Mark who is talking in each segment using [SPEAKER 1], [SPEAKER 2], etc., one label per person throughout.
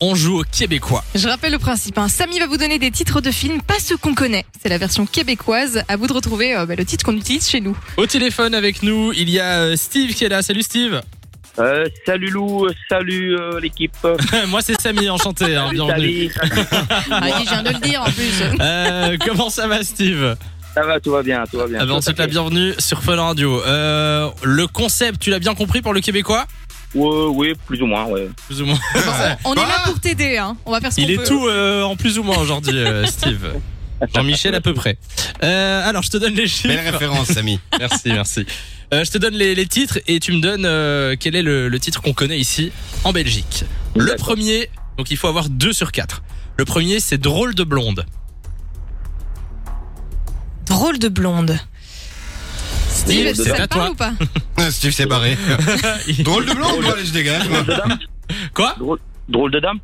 [SPEAKER 1] on joue au québécois.
[SPEAKER 2] Je rappelle le principe. hein. Samy va vous donner des titres de films, pas ceux qu'on connaît. C'est la version québécoise. À vous de retrouver euh, bah, le titre qu'on utilise chez nous.
[SPEAKER 1] Au téléphone avec nous, il y a euh, Steve qui est là. Salut Steve.
[SPEAKER 3] Euh, salut Lou, euh, salut euh, l'équipe.
[SPEAKER 1] Moi c'est Samy, enchanté. hein,
[SPEAKER 3] Salut,
[SPEAKER 1] bienvenue.
[SPEAKER 3] salut, salut.
[SPEAKER 2] Ah, je viens de le dire en plus.
[SPEAKER 1] Euh, comment ça va Steve
[SPEAKER 3] Ça va, tout va bien, tout va bien.
[SPEAKER 1] Ah ben, On
[SPEAKER 3] Tout
[SPEAKER 1] te
[SPEAKER 3] à
[SPEAKER 1] souhaite la
[SPEAKER 3] fait.
[SPEAKER 1] bienvenue sur Fun Radio. Euh, le concept, tu l'as bien compris pour le québécois
[SPEAKER 3] Ouais, Oui, plus ou moins, ouais.
[SPEAKER 1] Plus ou moins.
[SPEAKER 2] On est là pour t'aider. Hein. On va faire ce qu'on
[SPEAKER 1] Il est
[SPEAKER 2] peut.
[SPEAKER 1] tout euh, en plus ou moins aujourd'hui, euh, Steve. Jean-Michel à peu près. Euh, alors je te donne les
[SPEAKER 4] Belle
[SPEAKER 1] chiffres.
[SPEAKER 4] référence, Samy.
[SPEAKER 1] Merci, merci. Euh, je te donne les, les titres et tu me donnes euh, quel est le, le titre qu'on connaît ici en Belgique. Le
[SPEAKER 3] D'accord.
[SPEAKER 1] premier, donc il faut avoir deux sur quatre. Le premier, c'est Drôle de blonde.
[SPEAKER 2] Drôle de blonde.
[SPEAKER 1] Steve,
[SPEAKER 2] ça
[SPEAKER 1] c'est
[SPEAKER 2] te
[SPEAKER 1] à
[SPEAKER 2] parle
[SPEAKER 1] toi.
[SPEAKER 2] ou pas
[SPEAKER 4] Steve s'est barré. Drôle de blanc, moi, allez, je dégage. moi.
[SPEAKER 1] Ah,
[SPEAKER 3] Drôle de dame
[SPEAKER 1] Quoi
[SPEAKER 3] Drôle, drôle de dame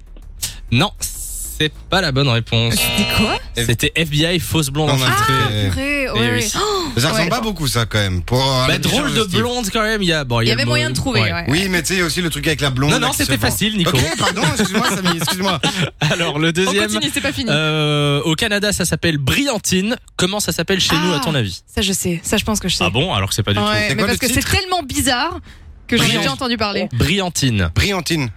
[SPEAKER 1] Non, c'est pas la bonne réponse.
[SPEAKER 2] C'était quoi
[SPEAKER 1] C'était FBI fausse blonde.
[SPEAKER 4] Non, non,
[SPEAKER 1] infiltrée.
[SPEAKER 4] Ah,
[SPEAKER 2] Ah, purée, ouais,
[SPEAKER 1] Eh oui.
[SPEAKER 2] ouais. Oh,
[SPEAKER 4] Ça ressemble
[SPEAKER 2] Ouais.
[SPEAKER 4] pas beaucoup, ça, quand même. Pour, euh,
[SPEAKER 1] Bah,
[SPEAKER 4] la
[SPEAKER 1] drôle
[SPEAKER 4] décharge
[SPEAKER 1] de
[SPEAKER 4] Steve.
[SPEAKER 1] blonde quand même. Il y, a, bon,
[SPEAKER 2] Il y
[SPEAKER 1] a
[SPEAKER 2] avait
[SPEAKER 1] le
[SPEAKER 2] moyen
[SPEAKER 1] mot-
[SPEAKER 2] de trouver.
[SPEAKER 1] ouais.
[SPEAKER 2] ouais.
[SPEAKER 4] Oui, mais tu sais, aussi le truc avec la blonde.
[SPEAKER 1] Non, non,
[SPEAKER 4] là, qui
[SPEAKER 1] c'était
[SPEAKER 4] se vend.
[SPEAKER 1] facile, Nico.
[SPEAKER 4] Ok, pardon, excuse-moi, Samy, excuse-moi.
[SPEAKER 1] Alors le
[SPEAKER 2] On
[SPEAKER 1] deuxième.
[SPEAKER 2] continue, c'est pas fini.
[SPEAKER 1] euh, au Canada, ça s'appelle Brillantine. Comment ça s'appelle chez nous, à
[SPEAKER 2] Ah.
[SPEAKER 1] ton avis
[SPEAKER 2] Ça, je sais. Ça, je pense que je sais.
[SPEAKER 1] Ah bon Alors que c'est pas du
[SPEAKER 2] Ouais,
[SPEAKER 4] C'est
[SPEAKER 2] mais
[SPEAKER 4] quoi
[SPEAKER 2] parce
[SPEAKER 4] le
[SPEAKER 2] que c'est
[SPEAKER 4] titre
[SPEAKER 2] tellement bizarre que j'en ai
[SPEAKER 4] Brillant.
[SPEAKER 2] déjà entendu parler.
[SPEAKER 1] tout. Brillantine.
[SPEAKER 4] Brillantine.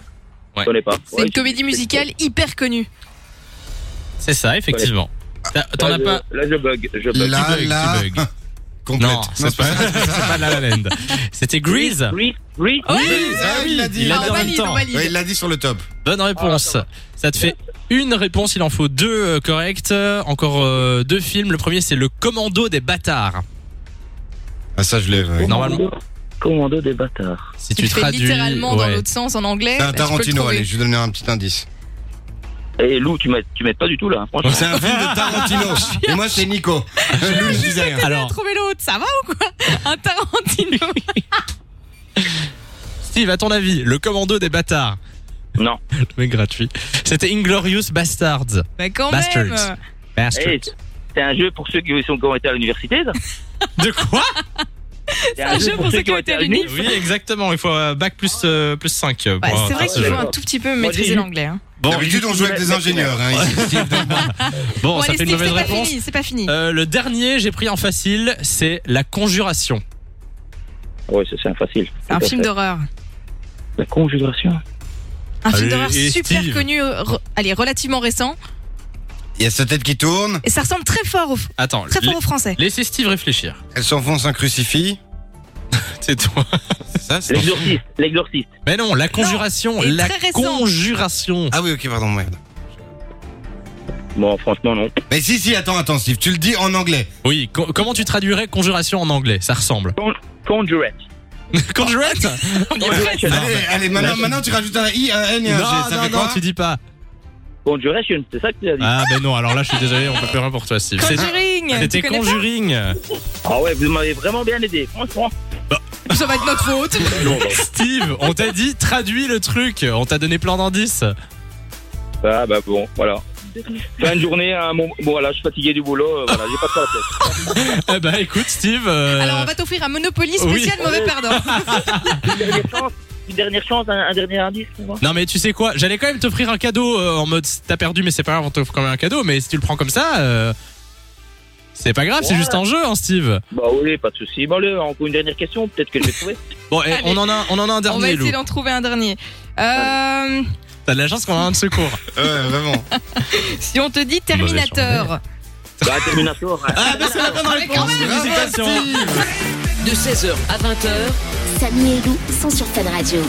[SPEAKER 3] Je connais pas.
[SPEAKER 2] C'est une comédie musicale hyper connue.
[SPEAKER 1] C'est ça, effectivement. T'as- T'en as pas.
[SPEAKER 3] Là, je bug. Je bug.
[SPEAKER 4] Là,
[SPEAKER 1] bug, tu
[SPEAKER 4] là.
[SPEAKER 1] bug.
[SPEAKER 4] Complète.
[SPEAKER 1] Non, c'est pas,
[SPEAKER 4] ça.
[SPEAKER 1] c'est pas La La Land. C'était Grease.
[SPEAKER 3] Oui, oui.
[SPEAKER 4] Oui, ça, il l'a dit.
[SPEAKER 1] Il l'a
[SPEAKER 2] Ah,
[SPEAKER 1] dit
[SPEAKER 2] on
[SPEAKER 1] en même
[SPEAKER 2] valide,
[SPEAKER 1] temps.
[SPEAKER 2] on valide. Ah,
[SPEAKER 4] Ouais, il l'a dit sur le top.
[SPEAKER 1] Bonne réponse. ça te fait une réponse, il en faut deux euh, correctes. Euh, Encore euh, deux films. Le premier, c'est Le Commando des bâtards.
[SPEAKER 4] Ah, ça, je l'ai. ouais.
[SPEAKER 1] Normalement.
[SPEAKER 3] Commando des bâtards.
[SPEAKER 1] Si
[SPEAKER 2] Tu
[SPEAKER 1] tu
[SPEAKER 2] fais
[SPEAKER 1] traduis.
[SPEAKER 2] littéralement dans
[SPEAKER 1] ouais.
[SPEAKER 2] l'autre sens en anglais.
[SPEAKER 4] C'est
[SPEAKER 2] bah,
[SPEAKER 4] un
[SPEAKER 2] tu peux le
[SPEAKER 4] Tarantino,
[SPEAKER 2] trouver.
[SPEAKER 4] allez, je vais donner un petit indice.
[SPEAKER 3] Et Eh, Lou, tu m'aides tu m'aides pas du tout là, hein, franchement.
[SPEAKER 4] C'est un film de Tarantino. Et moi, c'est Nico. Lui, je disais rien.
[SPEAKER 2] Alors...
[SPEAKER 1] Alors,
[SPEAKER 2] trouver l'autre, ça va ou quoi Un Tarantino.
[SPEAKER 1] Steve, à ton avis, Le Commando des bâtards.
[SPEAKER 3] Non.
[SPEAKER 1] Le mec gratuit. C'était Inglorious Bastards.
[SPEAKER 2] Bah quand
[SPEAKER 1] Bastards.
[SPEAKER 2] même.
[SPEAKER 1] Bastards.
[SPEAKER 3] Eh, c'est un jeu pour ceux qui, sont, qui ont été à l'université, ça
[SPEAKER 1] De quoi
[SPEAKER 3] C'est
[SPEAKER 2] un jeu pour ceux qui ont été à l'uni.
[SPEAKER 1] Oui, exactement. Il faut euh, back plus, euh, plus 5.
[SPEAKER 2] Ouais, c'est vrai qu'il faut un
[SPEAKER 3] d'accord.
[SPEAKER 2] tout petit peu
[SPEAKER 3] Moi, j'ai
[SPEAKER 2] maîtriser
[SPEAKER 3] eu-
[SPEAKER 2] l'anglais. hein.
[SPEAKER 1] Bon,
[SPEAKER 4] D'habitude, on joue avec des ingénieurs. hein, ici.
[SPEAKER 1] bon,
[SPEAKER 2] Bon,
[SPEAKER 1] ça
[SPEAKER 2] allez,
[SPEAKER 1] fait une
[SPEAKER 2] Steve,
[SPEAKER 1] mauvaise
[SPEAKER 2] c'est pas
[SPEAKER 1] réponse.
[SPEAKER 2] fini, c'est pas fini.
[SPEAKER 1] Euh, le dernier, j'ai pris en facile, c'est La Conjuration.
[SPEAKER 3] Oui, ça, c'est un facile.
[SPEAKER 2] C'est un film d'horreur.
[SPEAKER 3] La conjuration.
[SPEAKER 2] Un film
[SPEAKER 1] Allez,
[SPEAKER 2] d'horreur
[SPEAKER 1] et
[SPEAKER 2] super
[SPEAKER 1] Steve
[SPEAKER 2] connu, euh, re- allez, relativement récent.
[SPEAKER 4] Il y a sa tête qui tourne,
[SPEAKER 2] Et ça ressemble très fort au,
[SPEAKER 1] Attends,
[SPEAKER 2] très fort
[SPEAKER 1] la-
[SPEAKER 2] au français.
[SPEAKER 1] laissez Steve réfléchir.
[SPEAKER 4] elle s'enfonce un crucifix.
[SPEAKER 1] C'est toi.
[SPEAKER 4] C'est ça c'est-
[SPEAKER 3] L'exorciste. L'exorciste.
[SPEAKER 1] Mais non, La Conjuration,
[SPEAKER 2] et
[SPEAKER 1] La
[SPEAKER 2] très récent.
[SPEAKER 1] Conjuration.
[SPEAKER 4] Ah oui, ok, pardon, merde.
[SPEAKER 3] Bon, franchement, non.
[SPEAKER 4] Mais si, si, attends, attends, Steve, tu le dis en anglais.
[SPEAKER 1] Oui, co- comment tu traduirais Conjuration en anglais Ça ressemble.
[SPEAKER 3] Conjurate.
[SPEAKER 1] Conjurate
[SPEAKER 3] Conjuration.
[SPEAKER 4] allez, allez, maintenant,
[SPEAKER 3] mais-
[SPEAKER 4] maintenant, tu rajoutes un I, un N et un
[SPEAKER 1] Non,
[SPEAKER 4] G. Ça
[SPEAKER 1] non,
[SPEAKER 4] fait
[SPEAKER 1] non,
[SPEAKER 4] quoi
[SPEAKER 1] tu dis pas.
[SPEAKER 3] Conjuration, c'est ça que tu as dit
[SPEAKER 1] Ah, ben non, alors là, je suis désolé, on peut plus rien pour toi, Steve. C'est-
[SPEAKER 2] Conjuring, tu
[SPEAKER 1] C'était
[SPEAKER 2] connais
[SPEAKER 1] Conjuring.
[SPEAKER 3] Ah ouais, vous m'avez vraiment bien aidé, franchement.
[SPEAKER 2] pas Ça va être notre
[SPEAKER 1] Euh,
[SPEAKER 2] faute.
[SPEAKER 3] Non,
[SPEAKER 1] Steve, on t'a dit traduis le truc. On t'a donné plein d'indices.
[SPEAKER 3] bah, bah bon, voilà. Fin de journée, à un moment. Bon, voilà, je suis fatigué du boulot, euh, voilà, j'ai pas trop la tête.
[SPEAKER 1] Eh ben écoute, Steve. euh,
[SPEAKER 2] Alors on va t'offrir un Monopoly
[SPEAKER 1] oui.
[SPEAKER 2] spécial mauvais perdant.
[SPEAKER 3] Une dernière chance, une dernière chance, un, un dernier indice, pour moi.
[SPEAKER 1] Non mais tu sais quoi, j'allais quand même t'offrir un cadeau euh, en mode t'as perdu mais c'est pas grave on t'offre quand même un cadeau mais si tu le prends comme ça euh, c'est pas grave c'est
[SPEAKER 3] Ouais.
[SPEAKER 1] juste un jeu hein Steve.
[SPEAKER 3] Bah oui, pas de soucis. Bon, allez, encore une dernière question, peut-être que je vais trouver.
[SPEAKER 1] Bon et
[SPEAKER 2] Allez.
[SPEAKER 1] on en a Ah, on en a un
[SPEAKER 2] On va
[SPEAKER 1] dernier Lou.
[SPEAKER 2] essayer d'en trouver un dernier. Euh,
[SPEAKER 1] T'as de la chance qu'on a un de secours.
[SPEAKER 4] Ouais, vraiment.
[SPEAKER 2] si on te dit Terminator.
[SPEAKER 3] Bah, Terminator. hein.
[SPEAKER 1] ah bah c'est la bonne
[SPEAKER 2] Mais quand
[SPEAKER 1] réponse.
[SPEAKER 2] même.
[SPEAKER 1] Félicitations.
[SPEAKER 5] de 16h à 20h.
[SPEAKER 6] Samy et Lou sont sur Fan Radio.